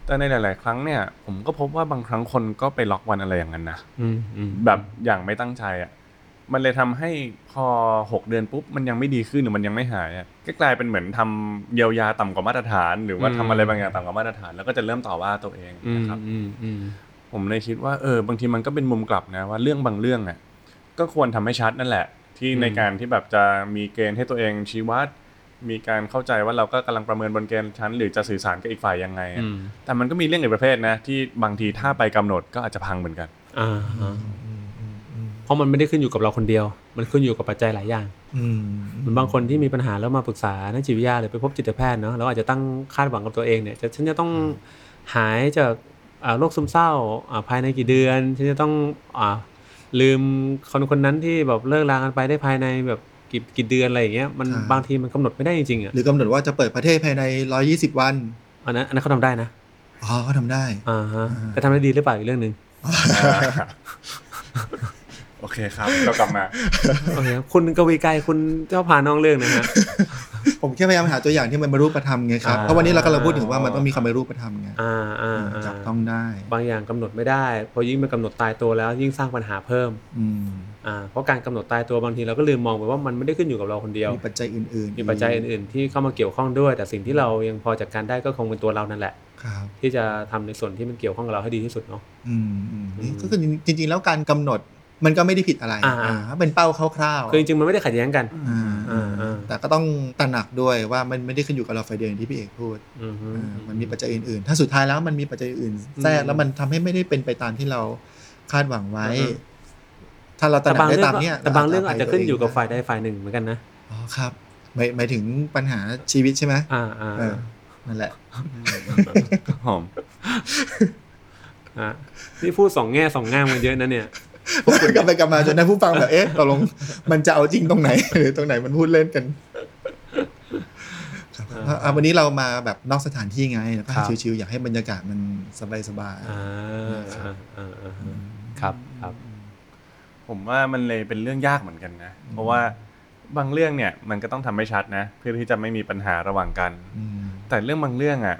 B: แต่ในหลาย ๆ ครั้งเนี่ยผมก็พบว่าบางครั้งคนก็ไปล็อกวันอะไรอย่างนั้นนะ
D: อืมอืม
B: แบบอย่างไม่ตั้งใจอ่ะมันเลยทำให้พอหกเดือนปุ๊บมันยังไม่ดีขึ้นหรือมันยังไม่หายอ่ะก็กลายเป็นเหมือนทำเยียวยาต่ำกว่ามาตรฐาน หรือว่าทำอะไรบางอย่างต่ำกว่ามาตรฐาน แล้วก็จะเริ่มต่อว่าตัวเอง
D: อืม
B: นะครับ
D: อืมอืม
B: ผมเลยคิดว่าเออบางทีมันก็เป็นมุมกลับนะว่าเรื่องบางเรื่องอ่ะก็ควรทำให้ชัดนั่นแหละ ที่ในการที่แบบจะมีเกณฑ์ให้ตัวเองชี้วัด มีการเข้าใจว่าเราก็กำลังประเมินบนเกณฑ์ชั้น หรือจะสื่อสารกับอีกฝ่ายยังไงอะ
D: อืม
B: แต่มันก็มีเรื่องอีกประเภทนะที่บางทีถ้าไปกำหนดก็อาจจะพังเหมือนกัน
D: อ่าฮะ
C: อืมอืมอืม
D: เพราะมันไม่ได้ขึ้นอยู่กับเราคนเดียว มันขึ้นอยู่กับปัจจัยหลายอย่าง
C: อืม
D: เหมือนบางคนที่มีปัญหาแล้วมาปรึกษานักจิตวิทยาหรือไปพบจิตแพทย์เนาะเราอาจจะตั้งคาดหวังกับตัวเองเนี่ยจะฉันจะต้องหายจากอ่าโรคซึมเศร้าอ่าภายในกี่เดือน ฉันจะต้องอ่าลืมคนคนนั้นที่แบบเลิกลากันไปได้ภายในแบบกี่กี่เดือนอะไรอย่างเงี้ยมันบางทีมันกำหนดไม่ได้จริงๆอ่ะ
C: หรือกำหนดว่าจะเปิดประเทศภายใน 120 วัน
D: อันนั้นอันนั้นเขาทำได้นะ
C: อ๋อก็ทำได้
D: อ่าฮะ
C: อ่า
D: แต่ทำได้ดีหรือเปล่าอีกเรื่องหนึ่ง
B: โอเคครับเรากลับมา
D: โอเคครับคุณกวีไกรคุณเจ้าพานองเรื่องนะฮะ
C: ผมแค่พยายามหาตัวอย่างที่มันบรรลุประธรรมไงครับ
D: อ่า
C: เพราะวันนี้เรากำลังพูดถึงว่ามันต้องมีความบรรลุประธรรมไง
D: อ่าอ่า
C: จั
D: อ่า
C: บต้องได้
D: บางอย่างกำหนดไม่ได้เพอยิ่งมันกำหนดตายตัวแล้วยิ่งสร้างปัญหาเพิ่ม
C: อืม
D: อ่าเพราะการกำหนดตายตัวบางทีเราก็ลืมมองไปว่ามันไม่ได้ขึ้นอยู่กับเราคนเดียว
C: มีปัจจัยอื่นๆ
D: มีปัจจัยอื่นๆ ที่เข้ามาเกี่ยวข้องด้วย แต่สิ่งที่เรายังพอจัดการได้ก็คงเป็นตัวเรานั่นแหละ
C: ครับ
D: ที่จะทำในส่วนที่มันเกี่ยวข้องกับเราให้ดีที่สุดเนาะ
C: อืมอืมนี่
D: อืม
C: ก็คือจริงๆ แล้วการกำหนดมันก็ไม่ได้ผิดอะไร
D: อ่า
C: อ่าเป็นเป้าคร่าวๆ
D: คือจริงๆมันไม่ได้ขัดแย้งกัน
C: อ่า
D: อ่าอ่า
C: แต่ก็ต้องตระหนักด้วยว่ามันไม่ได้ขึ้นอยู่กับเราไฟเดียวอย่างที่พี่เอกพูด
D: อืมฮึ
C: อ่ามันมีปัจจัยอื่นๆ ถ้าสุดท้ายแล้วมันมีปัจจัยอื่นแทรก
D: อืม
C: แล้วมันทำให้ไม่ได้เป็นไปตามที่เราคาดหวังไว้
D: อือฮึ
C: ถ้าเราตระ
D: แต่
C: หนั
D: บาก ง
C: ได้
D: เรื่อง
C: ตาม
D: ก็
C: เนี้ย
D: แต่บางเรื่อง
C: ร
D: อาจจะขึ้นอยู่กับฝ่ายใดฝ่ายหนึ่งเหมือนกันนะ
C: อ๋อครับหมายหมายถึงปัญหาชีวิตใช่ไหม
D: อ่าอ่า
C: เออนั่นแหละ
B: หอม
D: อ่านี่พูดสองแง่สองงามกันเยอะนะเนี่ย
C: กลับไปกลับมาจนท่านผู้ฟังแบบเอ๊ะตกลงมันจะเอาจริงตรงไหน หรือตรงไหนมันพูดเล่นกันครับ
D: อ่า
C: อ่ะวันนี้เรามาแบบนอกสถานที่ไงแล้วก็
D: ครับ
C: ชิวๆอยากให้บรรยากาศมันสบาย
D: อ่าอ่าอ่าอ่าครับครับ
B: ผมว่ามันเลยเป็นเรื่องยากเหมือนกันนะเพราะว่าบางเรื่องเนี่ยมันก็ต้องทำให้ชัดนะ เพื่อที่จะไม่มีปัญหาระหว่างกัน
C: ๆอืม
B: แต่เรื่องบางเรื่องอะ่ะ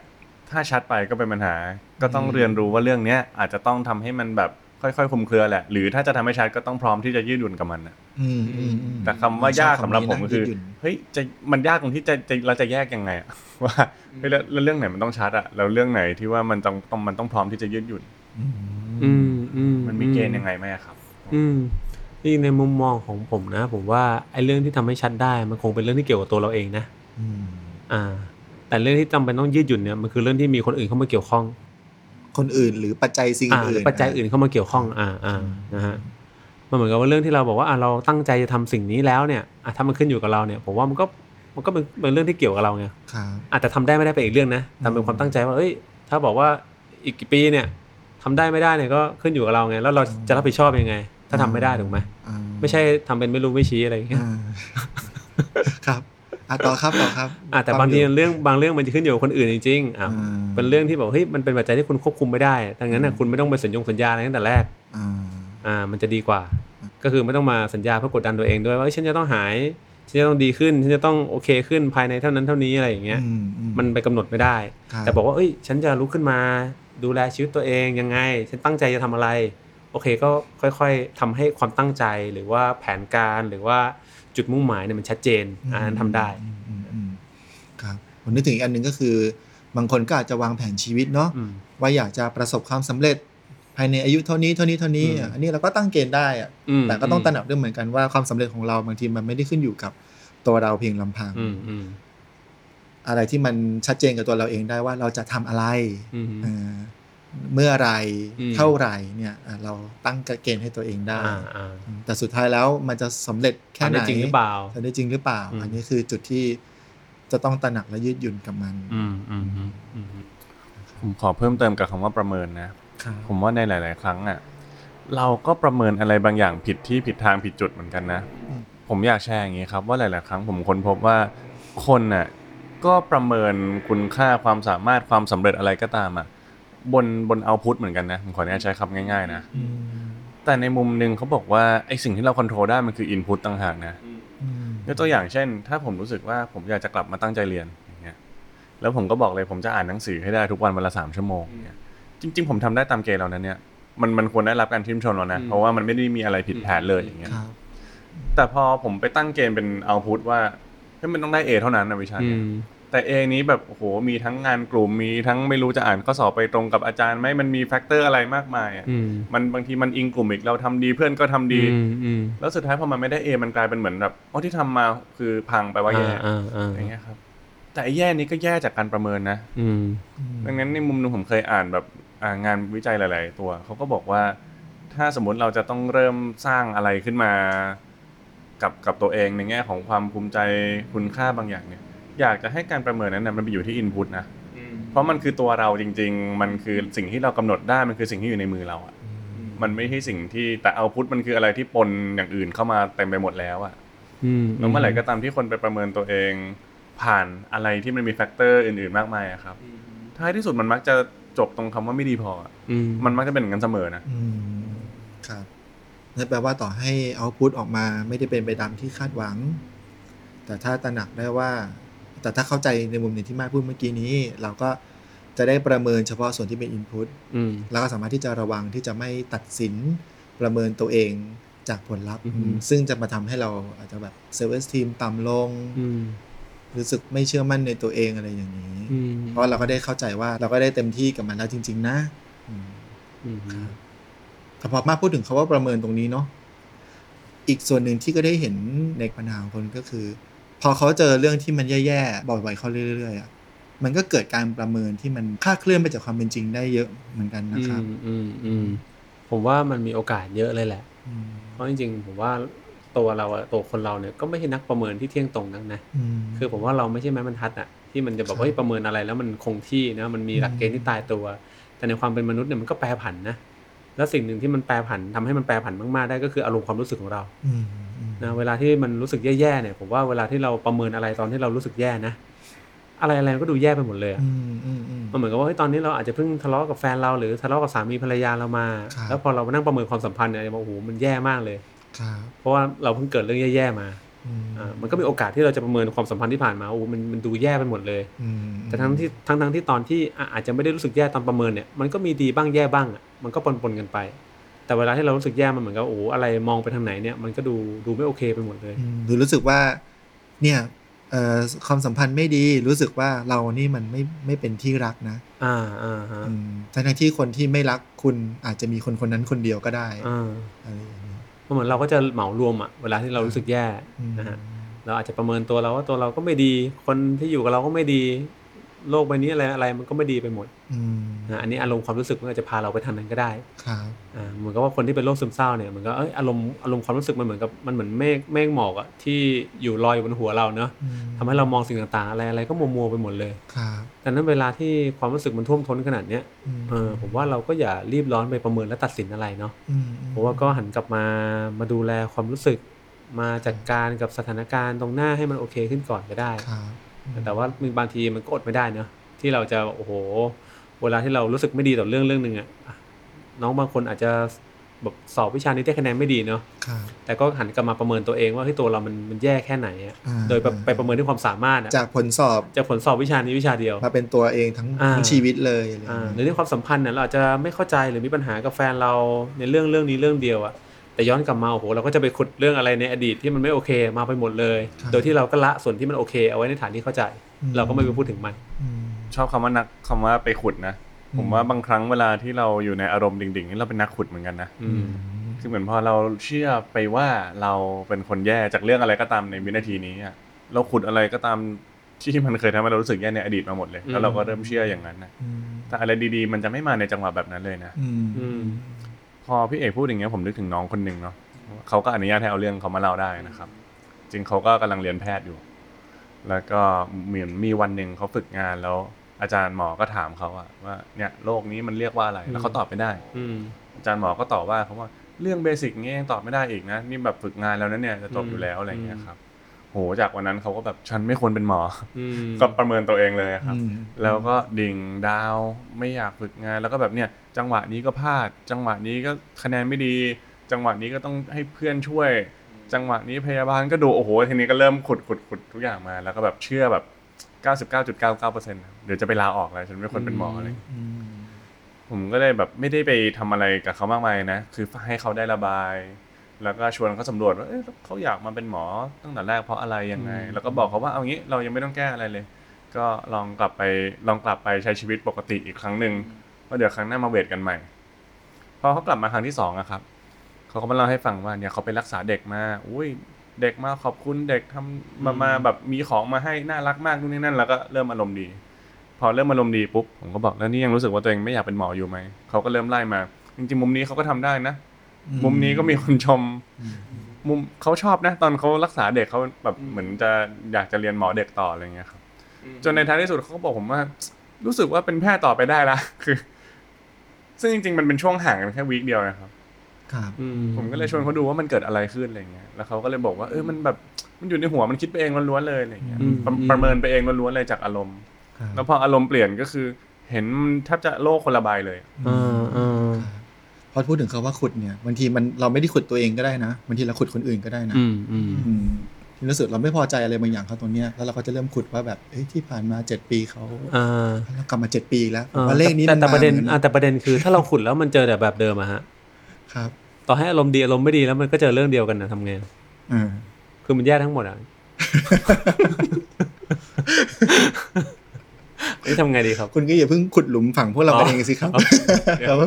B: ถ้าชัดไปก็เป็นปัญหา ก็ต้อง
C: อืม
B: เรียนรู้ว่าเรื่องเนี้ยอาจจะต้องทำให้มันแบบค่อยๆคลุมเครือแหละ หรือถ้าจะทำให้ชัดก็ต้องพร้อมที่จะยืดหยุ่นกับมันอะ
C: อืมอืมอืม
B: แต่คำว่ายากสำหรับผมก็คือ
C: ยืดหยุ่น
B: เฮ้ยจะมันยากตรงที่จะจะเราจะแยกยังไงอะ ว่าเฮ้ยแล้วแล้วเรื่องไหนมันต้องชัดอะแล้วเรื่องไหนที่ว่ามันต้องต้องมันต้องพร้อมที่จะยืดหยุ่น
C: อืม
D: อืมอืม
B: มันมีเกณฑ์ยังไงไหมอะครับ
D: อืมนี่ในมุมมองของผมนะ ผมว่าไอ้เรื่องที่ทำให้ชัดได้มันคงเป็นเรื่องที่เกี่ยวกับตัวเราเองนะ
C: อืม
D: อ่า แต่เรื่องที่จำเป็นต้องยืดหยุ่นเนี่ยมันคือเรื่องที่มีคนอื่นเข้ามาเกี่ยวข้อง
C: คนอื่นหรือปัจจัยสิ่ง
D: อ่าหรื
C: อื่
D: อน ปัจจัยอื่นเข้ามาเกี่ยวข้องอ่าอ่านะฮะมันเหมือนกับว่าเรื่องที่เราบอกว่าอ่ะเราตั้งใจจะทำสิ่งนี้แล้วเนี่ยอ่ะถ้ามันขึ้นอยู่กับเราเนี่ย ผมว่ามันก็มันก็เป็นเป็นเรื่องที่เกี่ยวกับเราไง
C: ครับ
D: อาจจะทำได้ไม่ได้เป็นอีกเรื่องนะแต่เป็นความตั้งใจว่าเอ้ย ถ้าบอกว่าอีกกี่ปีเนี่ยทำได้ไม่ได้เนี่ยก็ขึ้นอยู่กับเราไง แล้วเราจะรับผิดชอบยังไง ถ้าทำไม่ได้ถูกไหม
C: อ่า
D: ไม่ใช่ทำเป็นไม่รู้ไม่ชี้อะไรอย่างเงี้ย
C: อ่าครับอ่ะต่อครับต่อครับ
D: อ่ะแต่บางทีเรื่องบางเรื่องมันจะขึ้นอยู่กับคนอื่นจริงๆอ่ะ
C: อ่า
D: เป็นเรื่องที่บอกเฮ้ยมันเป็นปัจจัยที่คุณควบคุมไม่ได้ดังนั้นน่ะ
C: อืม
D: คุณไม่ต้องไปสัญญงสัญญาอะไรตั้งแต่แรก
C: อ่า
D: อ่ามันจะดีกว่า ก็คือไม่ต้องมาสัญญาเพื่อกดดันตัวเองด้วยว่าเอ้ยฉันจะต้องหาย ฉันจะต้องดีขึ้นฉันจะต้องโอเคขึ้นภายในเท่านั้นเท่านี้อะไรอย่างเงี้ย
C: อือื
D: มันไปกำหนดไม่ได้
C: ครั
D: แต่บอกว่า เอ้ย ฉันจะลุกขึ้นมา ดูแลชีวิตตัวเองยังไง ฉันตั้งใจจะทำอะไร โอเค ก็ค่อยๆทำให้ความตั้งใจหรือว่าแผนการหรือว่าจุดมุ่งหมายเนี่ยมันชัดเจนอันนั้นทำได้
C: อืมอืมอืมครับผมนึกถึงอีกอันหนึ่งก็คือ บางคนก็อาจจะวางแผนชีวิตเนาะ
D: อืม
C: ว่าอยากจะประสบความสำเร็จ ภายในอายุเท่านี้เท่านี้เท่านี้
D: อืม
C: อ่ะอันนี้เราก็ตั้งเกณฑ์ได้อ่ะ
D: ม
C: แต่ก็ต้องตระหนักด้วยเหมือนกันว่าความสำเร็จของเราบางทีมันไม่ได้ขึ้นอยู่กับตัวเราเพียงลำพัง
D: อืมอืม
C: อะไรที่มันชัดเจนกับตัวเราเองได้ว่าเราจะทำอะไร
D: อืม
C: เอ่อเมื่อไหร
D: อืม
C: เท่าไหรเนี่ยอ่ะเราตั้งเกณฑ์ให้ตัวเองได้
D: อ่าอ่า
C: แต่สุดท้ายแล้วมันจะสำเร็จแค่
D: ทำ
C: ไหน
D: ได้จริงหรือเปล่า
C: ทำได้จริงหรือเปล่า
D: อืม
C: อันนี้คือจุดที่จะต้องตระหนักและยืดหยุ่นกับมัน
B: อืมอืมอืมอืมผมขอเพิ่มเติมกับคำว่าประเมินนะ
C: ครับ
B: ผมว่าในหลาย ๆ ครั้งอ่ะเราก็ประเมินอะไรบางอย่างผิดที่ผิดทางผิดจุดเหมือนกันนะ ผมอยากแชร์อย่างนี้ครับว่าหลาย ๆ ครั้งผมค้นพบว่าคนน่ะก็ประเมินคุณค่าความสามารถความสำเร็จอะไรก็ตามอ่ะบนบนเอาพุทเหมือนกันนะผมขออนุญาตใช้คำง่าย ๆ นะ
C: อืม
B: แต่ในมุมหนึ่งเขาบอกว่าไอสิ่งที่เราควบคุมได้มันคืออินพุตต่างหากนะ
C: อืม
B: ยกตัวอย่างเช่น ถ้าผมรู้สึกว่าผมอยากจะกลับมาตั้งใจเรียนอย่างเงี้ยแล้วผมก็บอกเลยผมจะอ่านหนังสือให้ได้ทุกวันวันละสามชั่วโมงอย่างเงี้ยจริง ๆ ผมทำได้ตามเกณฑ์เรานั้นเนี่ยมันมันควรได้รับการชื่นชมแล้วนะ
D: อืม
B: เพราะว่ามันไม่ได้มีอะไรผิดแผนเลยอย่างเงี้ย
C: ครับ
B: แต่พอผมไปตั้งเกณฑ์เป็นเอาพุทว่าเฮ้ยมันต้องได้เอเท่านั้นนะวิชา
D: อื
B: เนี้ย
D: ม
B: แต่เอนี้แบบโอ้โหมีทั้งงานกลุ่มมีทั้งไม่รู้จะอ่านข้อสอบไปตรงกับอาจารย์ไหมมันมีแฟกเตอร์อะไรมากมายอะ
D: อืม
B: มันบางทีมันอิงกลุ่มอีกเราทำดีเพื่อนก็ทำดี
D: อืมอืม
B: แล้วสุดท้ายพอมันไม่ได้เอมันกลายเป็นเหมือนแบบอ๋อที่ทำมาคือพังไปว่าแย่
D: อ่าอ่า
B: อย่าง
D: อ่า
B: เงี้ยครับแต่ไอ้แย่นี้ก็แย่จากการประเมินนะ
D: อืม
C: อืม
B: ดังนั้นในมุมหนึงผมเคยอ่านแบบอ่างานวิจัยหลาย ๆ ตัวเขาก็บอกว่า ถ้าสมมติเราจะต้องเริ่มสร้างอะไรขึ้นมา กับกับตัวเองในแง่ของความภูมิใจคุณค่าบางอย่างเนี่ย อยากจะให้การประเมินนั้นนะมันไปอยู่ที่อินพุตนะเพราะมันคือตัวเราจริง ๆ มันคือสิ่งที่เรากำหนดได้มันคือสิ่งที่อยู่ในมือเราอะ่ะมันไม่ใช่สิ่งที่แต่เอาพุตมันคืออะไรที่ปนอย่างอื่นเข้ามาเต็มไปหมดแล้วอ่ะ
D: อืม
B: แล้วเมื่อไหร่ก็ตามที่คนไปประเมินตัวเอง ผ่านอะไรที่มันมีแฟกเตอร์อื่นๆมากมายอะครับท้ายที่สุดมันมักจะจบตรงคำว่าไม่ดีพออะ
D: อืม
B: มันมักจะเป็นอย่างนั้นเสมอนะ
C: อืมครับนั่นแปลว่าต่อให้เอาพุทออกมาไม่ได้เป็นไปตามที่คาดหวัง แต่ถ้าตระหนักได้ว่า แต่ถ้าเข้าใจในมุมหนึ่งที่มาพูดเมื่อกี้นี้ เราก็จะได้ประเมินเฉพาะส่วนที่เป็นอินพุต
D: อืม
C: แล้วก็สามารถที่จะระวังที่จะไม่ตัดสินประเมินตัวเองจากผลลัพธ์
D: อือฮึ
C: ซึ่งจะมาทำให้เราอาจจะแบบเซ l ร์ e ว t ทีมต่ำลง
D: อืม
C: รู้สึกไม่เชื่อมั่นในตัวเองอะไรอย่างนี้
D: อืม
C: เพราะเราก็ได้เข้าใจว่าเราก็ได้เต็มที่กับมันแล้วจริง ๆ นะอืม
D: อืม
C: แต่พอมาพูดถึงคาว่าประเมินตรงนี้เนาะอีกส่วนหนึ่งที่ก็ได้เห็นในปัญหาของคนก็คือ พอเขาเจอเรื่องที่มันแย่ๆบ่อยๆเขาเรื่อยๆอ่ะมันก็เกิดการประเมินที่มันคลาดเคลื่อนไปจากความเป็นจริงได้เยอะเหมือนกันนะครับ
D: อืมอืมผมว่ามันมีโอกาสเยอะเลยแหละ
C: อืม
D: เพราะจริงๆ ผมว่าตัวเราอะตัวคนเราเนี่ยก็ไม่ใช่นักประเมินที่เที่ยงตรงนักนะ
C: ม
D: คือผมว่าเราไม่ใช่แม้บรรทัดอะที่มันจะ
C: ค
D: แบ
C: รับ
D: บว่าเฮ้ยประเมินอะไรแล้วมันคงที่นะมันมีหลักเกณฑ์ที่ตายตัว แต่ในความเป็นมนุษย์เนี่ยมันก็แปรผันนะแล้วสิ่งหนึ่งที่มันแปรผันทำให้มันแปรผันมากๆได้ก็คืออารมณ์ความรู้สึกของเรา
C: อืมอืม
D: นะเวลาที่มันรู้สึกแย่ๆเนี่ยผมว่าเวลาที่เราประเมินอะไรตอนที่เรารู้สึกแย่นะอะไรอะไรมันก็ดูแย่ไปหมดเลยอะ
C: อืมอืมอืม
D: มันเหมือนกับว่าเฮ้ยตอนนี้เราอาจจะเพิ่งทะเลาะกับแฟนเราหรือทะเลาะกับสามีภรรยาเรามา
C: ครับ
D: แล้วพอเรามานั่งประเมินความสัมพันธ์เนี่ยจะบอกโอ้โหมันแย่มากเลย
C: ครับ
D: เพราะว่าเราเพิ่งเกิดเรื่องแย่ๆมา
C: อืม
D: อ่ามันก็มีโอกาสที่เราจะประเมินความสัมพันธ์ที่ผ่านมาโอ้โหมันมันดูแย่ไปหมดเลย
C: อืม
D: แต่ทั้งที่ทั้งทั้งที่ตอนที่อ่ะอาจจะไม่ได้รู้สึกแย่ตอนประเมินเนี่ยมันก็มีดีบ้างแย่บ้างอ่ะมันก็ปนปนๆกันไป แต่เวลาที่เรารู้สึกแย่มันเหมือนกับโอ้โหอะไรมองไปทางไหนเนี่ยมันก็ดูดูไม่โอเคไปหมดเลย
C: อืมหรือรู้สึกว่า เนี่ยเอ่อความสัมพันธ์ไม่ดีรู้สึกว่าเรานี่มันไม่ไม่เป็นที่รักนะ
D: อ่าอ่าฮะ
C: อืมทั้งๆที่คนที่ไม่รักคุณอาจจะมีคนคนนั้นคนเดียวก็ได้
D: อ่า
C: อะไรอย่างนี้
D: เพราะเหมือนเราก็จะเหมารวมอ่ะเวลาที่เรารู้สึกแย่
C: อืม
D: นะฮะ เราอาจจะประเมินตัวเราว่าตัวเราก็ไม่ดี คนที่อยู่กับเราก็ไม่ดี โลกใบนี้อะไรอะไรมันก็ไม่ดีไปหมด
C: อืม
D: นะอันนี้อารมณ์ความรู้สึกมันอาจจะพาเราไปทางนั้นก็ได้
C: ครับ
D: อ่าเหมือนกับว่าคนที่เป็นโรคซึมเศร้าเนี่ยเหมือนกับเอยอารมณ์อารมณ์ความรู้สึกมันเหมือนกับมันเหมือนเมฆเมฆหมอกอะที่อยู่ลอยอยู่บนหัวเราเนาะ
C: อืม
D: ทำให้เรามองสิ่งต่างๆ อะไรอะไรก็มัวมัวๆไปหมดเลย
C: ครับ
D: ดังนั้นเวลาที่ความรู้สึกมันท่วมท้นขนาดเนี้ย
C: ม
D: เออผมว่าเราก็อย่ารีบร้อนไปประเมินและตัดสินอะไรเนาะ
C: อืม
D: ผมว่าก็หันกลับมามาดูแลความรู้สึก มาจัดการกับสถานการณ์ตรงหน้าให้มันโอเคขึ้นก่อนก็ได้
C: ครับ
D: แต่ว่ามีบางทีมันก็อดไม่ได้เนอะที่เราจะโอ้โห เวลาที่เรารู้สึกไม่ดีต่อเรื่องเรื่องหนึ่งอะอ่ะน้องบางคนอาจจะ แบบสอบวิชานี้ได้คะแนนไม่ดีเนาะ
C: ครับ
D: แต่ก็หันกลับมาประเมินตัวเองว่าเฮ้ยตัวเรามันมันแย่แค่ไหนอะ
C: อ่า
D: โดยไปไปประเมินด้วยความสามารถอะ
C: จากผลสอบ
D: จากผลสอบวิชานี้วิชาเดียว
C: มาเป็นตัวเองทั้ง
D: อ่า
C: ทั้งชีวิตเลยอะไร
D: อ่าห
C: อย่าง
D: รือ
C: เงี้ย
D: เรื่องความสัมพันธ์เนี่ยเราอาจจะไม่เข้าใจหรือมีปัญหากับแฟนเราในเรื่องเรื่องนี้เรื่องเดียวอะแต่ย้อนกลับมาโอ้โหเราก็จะไปขุดเรื่องอะไรในอดีตที่มันไม่โอเคมาไปหมดเลย โดยที่เราก็ละส่วนที่มันโอเค เอาไว้ในฐานที่เข้าใจ เราก็ไม่ไปพูดถึงมัน
C: อืม
B: ชอบคำว่านักคำว่าไปขุดนะ
C: อืม
B: ผมว่าบางครั้งเวลาที่เราอยู่ในอารมณ์ดิ่งๆนี่เราเป็นนักขุดเหมือนกันนะ
D: อืม
B: คือเหมือนพอเราเชื่อไปว่าเราเป็นคนแย่จากเรื่องอะไรก็ตามในวินาทีนี้อะเราขุดอะไรก็ตามที่มันเคยทำให้เรารู้สึกแย่ในอดีตมาหมดเลย แล้วเราก็เริ่มเชื่ออย่างนั้นนะ
C: อืม
B: แต่อะไรดีๆ มันจะไม่มาในจังหวะแบบนั้นเลยนะ
C: อืม
D: อืม
B: พอพี่เอกพูดอย่างเงี้ยผมนึกถึงน้องคนหนึ่งเนาะเขาก็อนุญาตให้เอาเรื่องเขามาเล่าได้นะครับ จริงเขาก็กำลังเรียนแพทย์อยู่ แล้วก็เหมือนมีวันหนึ่งเขาฝึกงานแล้ว อาจารย์หมอก็ถามเขาอะว่าเนี่ยโรคนี้มันเรียกว่าอะไร แล้วเขาตอบไม่ได้
D: อืม
B: อาจารย์หมอก็ตอบว่าเขาว่าเรื่องเบสิกเงี้ยยังตอบไม่ได้อีกนะ นี่แบบฝึกงานแล้วนะเนี่ยจะจบอยู่แล้วอะไรเงี้ยครับ โหจากวันนั้นเขาก็แบบฉันไม่ควรเป็นหมอ
D: อืม
B: ก็ประเมินตัวเองเลยอะครับ
C: อืม
B: แล้วก็ดิ่งดาวไม่อยากฝึกงาน แล้วก็แบบเนี่ยจังหวะนี้ก็พลาด จังหวะนี้ก็คะแนนไม่ดี จังหวะนี้ก็ต้องให้เพื่อนช่วย จังหวะนี้พยาบาลก็ดูโอ้โหทีนี้ก็เริ่มขุดขุดขุดทุกอย่างมา แล้วก็แบบเชื่อแบบ99.99%เดี๋ยวจะไปลาออกแล้วฉันไม่ควรเป็นหมออะไร
C: อืม
B: ผมก็เลยแบบไม่ได้ไปทำอะไรกับเขามากมายนะ คือให้เขาได้ระบาย แล้วก็ชวนเขาสำรวจว่าเอ๊ะเขาอยากมาเป็นหมอตั้งแต่แรกเพราะอะไรยังไง
D: อืม
B: แล้วก็บอกเขาว่าเอางี้เรายังไม่ต้องแก้อะไรเลย ก็ลองกลับไปลองกลับไปใช้ชีวิตปกติอีกครั้งหนึ่งว่าเดี๋ยวครั้งหน้ามาเวทกันใหม่ พอเขากลับมาครั้งที่สองอะครับ เขาก็มาเล่าให้ฟังว่าเนี่ยเขาไปรักษาเด็กมา อุ้ยเด็กมาขอบคุณเด็กทำมามาแบบมีของมาให้น่ารักมากนู่นนี่นั่น แล้วก็เริ่มอารมณ์ดี พอเริ่มอารมณ์ดีปุ๊บผมก็บอกแล้วนี่ยังรู้สึกว่าตัวเองไม่อยากเป็นหมออยู่ไหมเขาก็เริ่มไล่มา จริงๆ มุมนี้เขาก็ทำได้นะ มุมนี้ก็มีคนชม มุมเขาชอบนะ ตอนเขารักษาเด็กเขาแบบเหมือนจะอยากจะเรียนหมอเด็กต่ออะไรเงี้ยครับ จนในท้ายที่สุดเขาก็บอกผมว่า รู้สึกว่าเป็นแพทย์ต่อไปได้ละ คือ ซึ่งจริงๆมันเป็นช่วงห่างกันแค่วีคเดียวนะครับ
C: ครับ
D: อืม
B: ผมก็เลยชวนเขาดูว่ามันเกิดอะไรขึ้นอะไรเงี้ย แล้วเขาก็เลยบอกว่าเออมันแบบมันอยู่ในหัวมันคิดไปเองล้วนๆเลยอะไรเงี้ย
D: อืม
B: ประประเมินไปเองล้วนๆเลยจากอารมณ์
C: ครับ
B: แล้วพออารมณ์เปลี่ยนก็คือ เห็นมันแทบจะโลกคนละใบเลย
D: อ่าอ่า
C: พอพูดถึงคำว่าขุดเนี่ยบางทีมันเราไม่ได้ขุดตัวเองก็ได้นะบางทีเราขุดคนอื่นก็ได้นะ
D: อืมอืม
C: อืมที่รู้สึกเราไม่พอใจอะไรบางอย่างเขาตรงเนี้ยแล้วเราก็จะเริ่มขุดว่าแบบเอ้ยที่ผ่านมาเจ็ดปีเขา
D: อ่า
C: แล้วกลับมาเจ็ดปีอีกแล้วผม
D: อ่า
C: ว่าเลขนี้
D: แต่
C: มัน
D: แต่ประเด็น
C: มาหมือ
D: อ่าแต่ประเด็นคือถ้าเราขุดแล้วมันเจอแต่แบบเดิมอะฮะ
C: ครับ
D: ต่อให้อารมณ์ดีอารมณ์ไม่ดีแล้วมันก็เจอเรื่องเดียวกันนะทำไง
C: อ่า
D: คือมันแย่ทั้งหมดอ่ะ นี่ทำไงดีครับ
C: คุณก็อย่าเพิ่งขุดหลุมฝังพวกเราไป
D: อ๋อ
C: เองสิครับครับ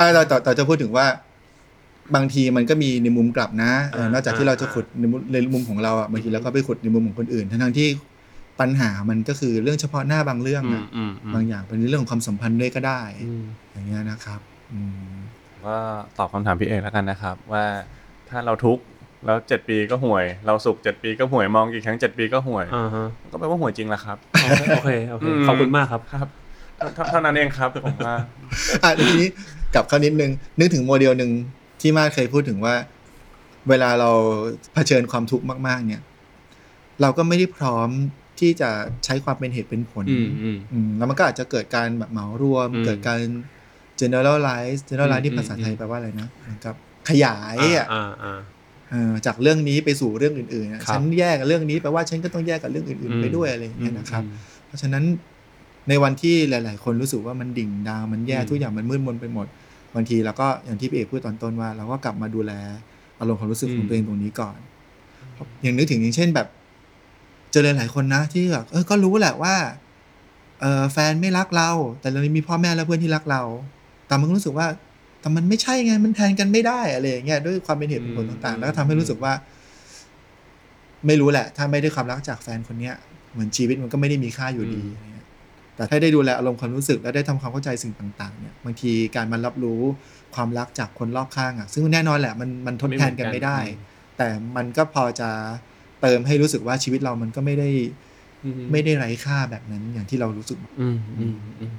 C: อ่าเราต่อต่อจะพูดถึงว่า บางทีมันก็มีในมุมกลับนะเออนอกจากที่เราจะขุดในมุมในมุมของเราอ่ะบางทีเราก็ไปขุดในมุมของคนอื่นทั้งๆที่ปัญหามันก็คือเรื่องเฉพาะหน้าบางเรื่องนะบางอย่างเป็นเรื่องของความสัมพันธ์ด้วยก็ได้
D: อืม
C: อย่างเงี้ยนะครับ อืม
B: ก็ตอบคำถามพี่เอกแล้วกันนะครับ ว่าถ้าเราทุกข์แล้วเจ็ดปีก็ห่วย เราสุขเจ็ดปีก็ห่วยมองกี่ครั้งเจ็ดปีก็ห่วย
D: อ่าฮะ
B: ก็แปลว่าห่วยจริงละครับ
D: โอเค โอเค
B: อืม
D: ขอบคุณมากครับ
B: ครับเท่าเท่านั้นเองครับผมว่า
C: อ่ะทีนี้กลับเข้านิดนึง นึกถึงโมเดลหนึ่งที่มาเคยพูดถึงว่า เวลาเราเผชิญความทุกข์มาก ๆ เนี่ย เราก็ไม่ได้พร้อมที่จะใช้ความเป็นเหตุเป็นผล
D: อืมอืม
C: อืมแล้วมันก็อาจจะเกิดการแบบเหมารวม
D: อืม
C: เกิดการ generalize
D: อื
C: generalize
D: ม
C: ที่ภาษาไทย
D: อืม
C: แปลว่าอะไรนะเหมือนกับ ขยายอ่ะ
D: อ่าอ่า
C: เออจากเรื่องนี้ไปสู่เรื่องอื่นๆอะ
D: ครับ
C: ฉันแยกกับเรื่องนี้แปลว่าฉันก็ต้องแยกกับเรื่องอื่น ๆ ไปด้วยอะไรอย่างเงี้ยนะครับ เพราะฉะนั้นในวันที่หลาย ๆ คนรู้สึกว่ามันดิ่งดาวมันแย่
D: อืม
C: ทุกอย่างมันมืดมนไปหมดบางทีเราก็อย่างที่พี่เอกพูดตอนต้นว่า เราก็กลับมาดูแลอารมณ์ความรู้สึกของตัวเองตรงนี้ก่อนอย่างนึกถึงอย่างเช่นแบบ เจอหลายๆคนนะที่แบบเออก็รู้แหละว่าเออแฟนไม่รักเรา แต่เรายังมีพ่อแม่และเพื่อนที่รักเรา แต่มันก็รู้สึกว่าแต่มันไม่ใช่ไงมันแทนกันไม่ได้อะไรอย่างเงี้ยด้วยความเป็นเหตุเป็นผลต่าง ๆ แล้วก็ทำให้รู้สึกว่า ไม่รู้แหละ ถ้าไม่ได้ความรักจากแฟนคนเนี้ย เหมือนชีวิตมันก็ไม่ได้มีค่าอยู่ดี
D: อืม
C: อะไรเงี้ยแต่ถ้าได้ดูแลอารมณ์ความรู้สึกและได้ทำความเข้าใจสิ่งต่าง ๆ เนี่ยบางทีการมันรับรู้ความรักจากคนรอบข้างอ่ะ ซึ่งแน่นอนแหละมันมันทดแทนกันไม่ได้ แต่มันก็พอจะเติมให้รู้สึกว่าชีวิตเรามันก็ไม่ได้
D: อื
C: ไม่ได้ไร้ค่าแบบนั้นอย่างที่เรารู้สึก
D: อืมอืมอืม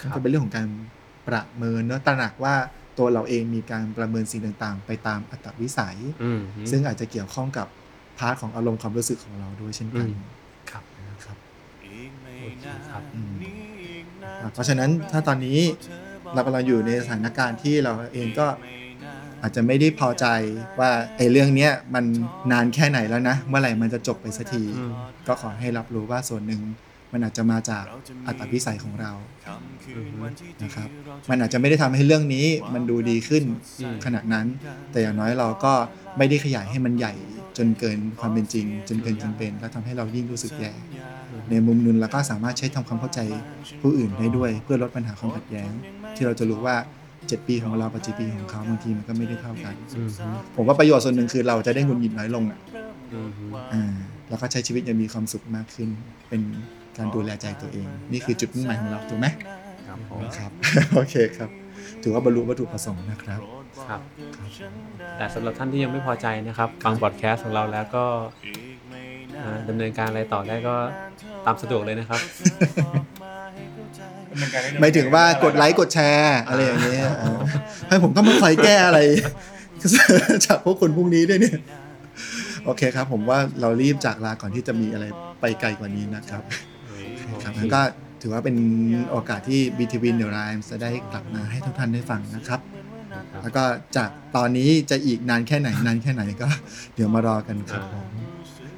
D: ครั
C: มันก็
D: บ
C: เป็นเรื่องของการประเมินเนอะตระหนักว่าตัวเราเองมีการประเมินสิ่งต่างๆ ไปตามอัตวิสัย
D: อืม
C: ซึ่งอาจจะเกี่ยวข้องกับพาร์ทของอารมณ์ความรู้สึกของเราด้วยเช่นกัน
D: อืมครับ
C: นะครับ
F: อีกไม่นาน
D: ครับ
F: นี้อีกนาน
C: อ่ะเพราะฉะนั้นถ้าตอนนี้ เรากำลังอยู่ในสถานการณ์ที่เราเองก็อาจจะไม่ได้พอใจว่าไอ้เรื่องเนี้ยมันนานแค่ไหนแล้วนะ เมื่อไหร่มันจะจบไปสักที
D: อืม
C: ก็ขอให้รับรู้ว่าส่วนหนึ่งมันอาจจะมาจากอัตวิสัยของเรา นะครับมันอาจจะไม่ได้ทำให้เรื่องนี้มันดูดีขึ้น
D: อืม
C: ขนาดนั้น แต่อย่างน้อยเราก็ไม่ได้ขยายให้มันใหญ่จนเกินความเป็นจริง จนเกินจำเป็น แล้วทำให้เรายิ่งรู้สึกแย่ในมุมนึงเราก็สามารถใช้ทำความเข้าใจผู้อื่นได้ด้วย เพื่อลดปัญหาความขัดแย้ง ที่เราจะรู้ว่า 7 ปีของเรากับ7ปีของเขาบางทีมันก็ไม่ได้เท่ากัน
D: อืมฮึ
C: ผมว่าประโยชน์ส่วนหนึ่งคือเราจะได้หงุนหงิดน้อยลงอ่ะ
D: อืมฮึ
C: อ่าแล้วก็ใช้ชีวิตอยังมีความสุขมากขึ้น เป็นการดูแลใจตัวเอง นี่คือจุดมุ่งหมายของเราถูกไหม
B: ครับผม
C: ครับ โอเคครับ ถือว่าบรรลุวัตถุประสงค์นะครับ
D: ครับ แต่สำหรับท่านที่ยังไม่พอใจนะครับ ฟังบอดแคสต์ของเราแล้วก็อ่าดำเนินการอะไรต่อได้ก็ตามสะดวกเลยนะครับ
C: ไม่ถึงว่ากดไลค์กดแชร์อะไรอย่างเงี้ยอ๋อให้ผมต้องมาคอยแก้อะไร จากพวกคนพวกนี้ด้วยเนี่ย โอเคครับ ผมว่าเรารีบจากลาก่อนที่จะมีอะไรไปไกลกว่านี้นะครับ ครับงั้นก็ถือว่าเป็นโอกาสที่ BTV New Rhymes จะได้กลับมาให้ทุกท่านได้ฟังนะครับ แล้วก็จากตอนนี้จะอีกนานแค่ไหนนานแค่ไหนก็ เดี๋ยวมารอกันครับผม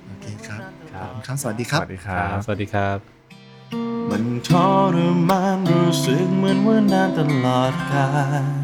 C: โอเคครับ
D: ครับ
C: ขอณสวัสดี
B: ส
C: ครับ
B: วัสดีค
D: ค
B: รั
D: รับ บ สวัสดีครับ
F: มันทรมานรู้สึกเหมือนว่านานตลอดกาล